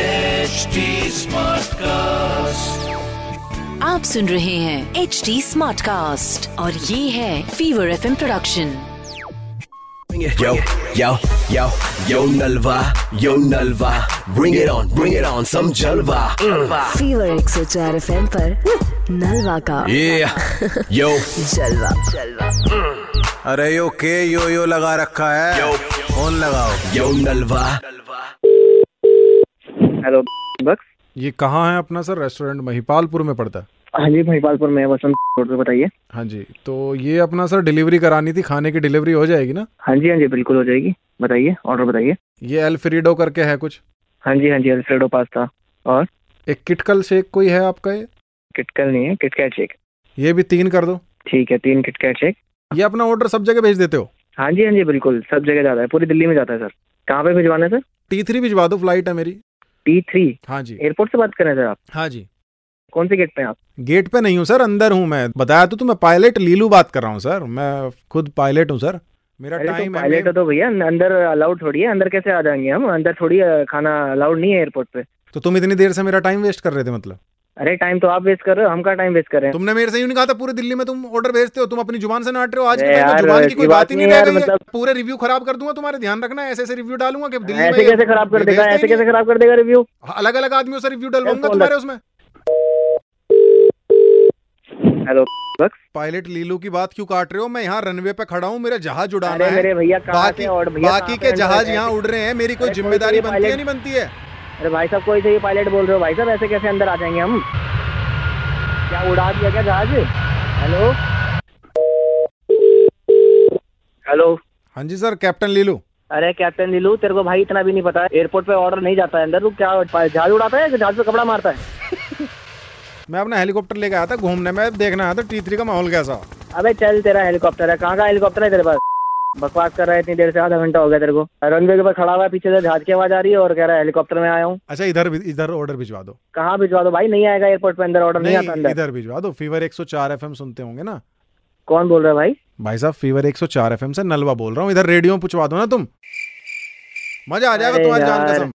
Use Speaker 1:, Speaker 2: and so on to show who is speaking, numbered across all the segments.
Speaker 1: HD Smartcast.
Speaker 2: आप सुन रहे हैं एच डी स्मार्ट कास्ट और ये है fever F production
Speaker 3: Yo, yo, yo, yo Nalva, yo Nalva, bring it on, bring it on, some Jalva. Mm.
Speaker 2: Fever एक सौ चार एफ एम नलवा का
Speaker 3: Yeah, yo,
Speaker 2: जलवा जलवा
Speaker 4: अरे यो के यो यो लगा रखा है
Speaker 3: Yo.
Speaker 4: फोन लगाओ
Speaker 3: yo Nalva.
Speaker 5: हेलो बक्स
Speaker 4: ये कहाँ है अपना सर रेस्टोरेंट महिपालपुर में पड़ता है
Speaker 5: हाँ जी महिपालपुर में है, वसंत रोड पे बताइए
Speaker 4: हाँ जी तो ये अपना सर डिलीवरी करानी थी खाने की डिलीवरी हो जाएगी ना
Speaker 5: हाँ जी हाँ जी बिल्कुल हो जाएगी बताइए ऑर्डर बताइए
Speaker 4: ये एल्फ्रीडो करके है कुछ
Speaker 5: हाँ जी हाँ जी अल्फ्रेडो पास्ता और
Speaker 4: एक किटकल शेक कोई है आपका ये
Speaker 5: किटकल नहीं है किटकैट शेक
Speaker 4: ये भी तीन कर दो
Speaker 5: ठीक है तीन किटकैट शेक
Speaker 4: ये अपना ऑर्डर सब जगह भेज देते हो
Speaker 5: हाँ जी हाँ जी बिल्कुल सब जगह जाता है पूरी दिल्ली में जाता है सर कहाँ पे भिजवाना है सर
Speaker 4: टी थ्री भिजवा दो फ्लाइट है मेरी
Speaker 5: टी थ्री
Speaker 4: हाँ जी
Speaker 5: एयरपोर्ट से बात कर रहे हैं सर आप
Speaker 4: हाँ जी
Speaker 5: कौन से गेट पे हैं आप
Speaker 4: गेट पे नहीं हूँ सर अंदर हूँ मैं बताया तो तुम्हें पायलट लीलू बात कर रहा हूँ सर मैं खुद पायलट हूँ सर मेरा
Speaker 5: अरे तो
Speaker 4: टाइम है
Speaker 5: पायलट हो तो भैया अंदर अलाउड थोड़ी है अंदर कैसे आ जाएंगे हम अंदर थोड़ी अ, खाना अलाउड नहीं है एयरपोर्ट पे
Speaker 4: तो तुम इतनी देर से मेरा टाइम वेस्ट कर रहे थे मतलब
Speaker 5: अरे टाइम तो आप वेस्ट कर रहे हो हम का टाइम वेस्ट कर रहे हैं
Speaker 4: तुमने मेरे से यूं नहीं कहा था पूरे दिल्ली में तुम ऑर्डर भेजते हो तुम अपनी जुबान से नाट रहे हो आज
Speaker 5: अरे
Speaker 4: के टाइम में
Speaker 5: यार,
Speaker 4: जुबान की
Speaker 5: ऐसी
Speaker 4: कोई
Speaker 5: बात
Speaker 4: बात ही नहीं
Speaker 5: नहीं
Speaker 4: रह
Speaker 5: यार,
Speaker 4: गई है
Speaker 5: मतलब-
Speaker 4: पूरे रिव्यू खराब कर दूंगा तुम्हारे ध्यान रखना ऐसे ऐसे रिव्यू डालूंगा कि तो दिल्ली
Speaker 5: ऐसे
Speaker 4: में
Speaker 5: कैसे खराब कर देगा ऐसे कैसे खराब कर देगा रिव्यू
Speaker 4: अलग अलग हाँ, आदमियों से रिव्यू
Speaker 5: कौन
Speaker 4: डालूंगा तुम्हारे उसमें
Speaker 5: हेलो बक्स
Speaker 4: पायलट लीलू की बात क्यों काट रहे हो मैं यहाँ रनवे पे खड़ा हूँ मेरा जहाज उड़ाना
Speaker 5: अरे मेरे
Speaker 4: है
Speaker 5: भैया कहाँ
Speaker 4: बाकी
Speaker 5: पे और भैया
Speaker 4: बाकी
Speaker 5: कहाँ
Speaker 4: के
Speaker 5: पे
Speaker 4: जहाज
Speaker 5: अंदर
Speaker 4: यहाँ
Speaker 5: बैठे?
Speaker 4: उड़ रहे हैं मेरी कोई
Speaker 5: अरे कोई
Speaker 4: जिम्मेदारी
Speaker 5: कोई
Speaker 4: बनती है
Speaker 5: पायलट-
Speaker 4: नहीं बनती है
Speaker 5: अरे भाई साहब कोई चाहिए पायलट बोल रहे हो भाई साहब ऐसे कैसे अंदर आ जाएंगे हम क्या उड़ा दिया क्या जहाज हेलो हेलो
Speaker 4: हाँ जी सर कैप्टन लीलू
Speaker 5: अरे कैप्टन नीलू तेरे को भाई इतना भी नहीं पता एयरपोर्ट पे ऑर्डर नहीं जाता है अंदर तू क्या पा- जहाज उड़ाता है कि जहाज पे कपड़ा मारता है
Speaker 4: मैं अपना हेलीकॉप्टर लेके आया था घूमने में देखना आया था टी थ्री का माहौल कैसा
Speaker 5: अबे चल तेरा हेलीकॉप्टर है कहाँ का हेलीकॉप्टर है तेरे पास बकवास कर रहा है इतनी देर से आधा घंटा हो गया तेरे को रनवे के ऊपर खड़ा हुआ है पीछे से जहाज की आवाज आ रही है और कह रहा है हेलीकॉप्टर में आया हूँ
Speaker 4: अच्छा इधर भी- इधर ऑर्डर भिजवा दो
Speaker 5: कहाँ भिजवा दो भाई नहीं आएगा एयरपोर्ट पे अंदर ऑर्डर नहीं आता
Speaker 4: नहीं
Speaker 5: अंदर
Speaker 4: इधर भिजवा दो फीवर 104 एफएम सुनते होंगे ना
Speaker 5: कौन बोल रहा है भाई
Speaker 4: भाई साहब फीवर 104 एफएम से नलवा बोल रहा हूँ इधर रेडियो में पूछवा दो ना तुम मजा आ जाएगा
Speaker 5: अरे
Speaker 4: तुम्हारी जान
Speaker 5: यार।
Speaker 4: कसम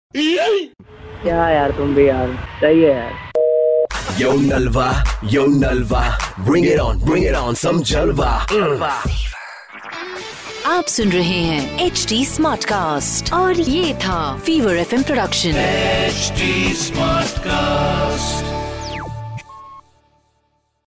Speaker 5: क्या यार तुम भी यार सही है यार
Speaker 3: Yo Nalva, yo Nalva, bring it on, bring it on, some Jalva. Mm.
Speaker 2: आप सुन रहे हैं एच डी स्मार्ट कास्ट और ये था fever F production
Speaker 1: HD Smartcast.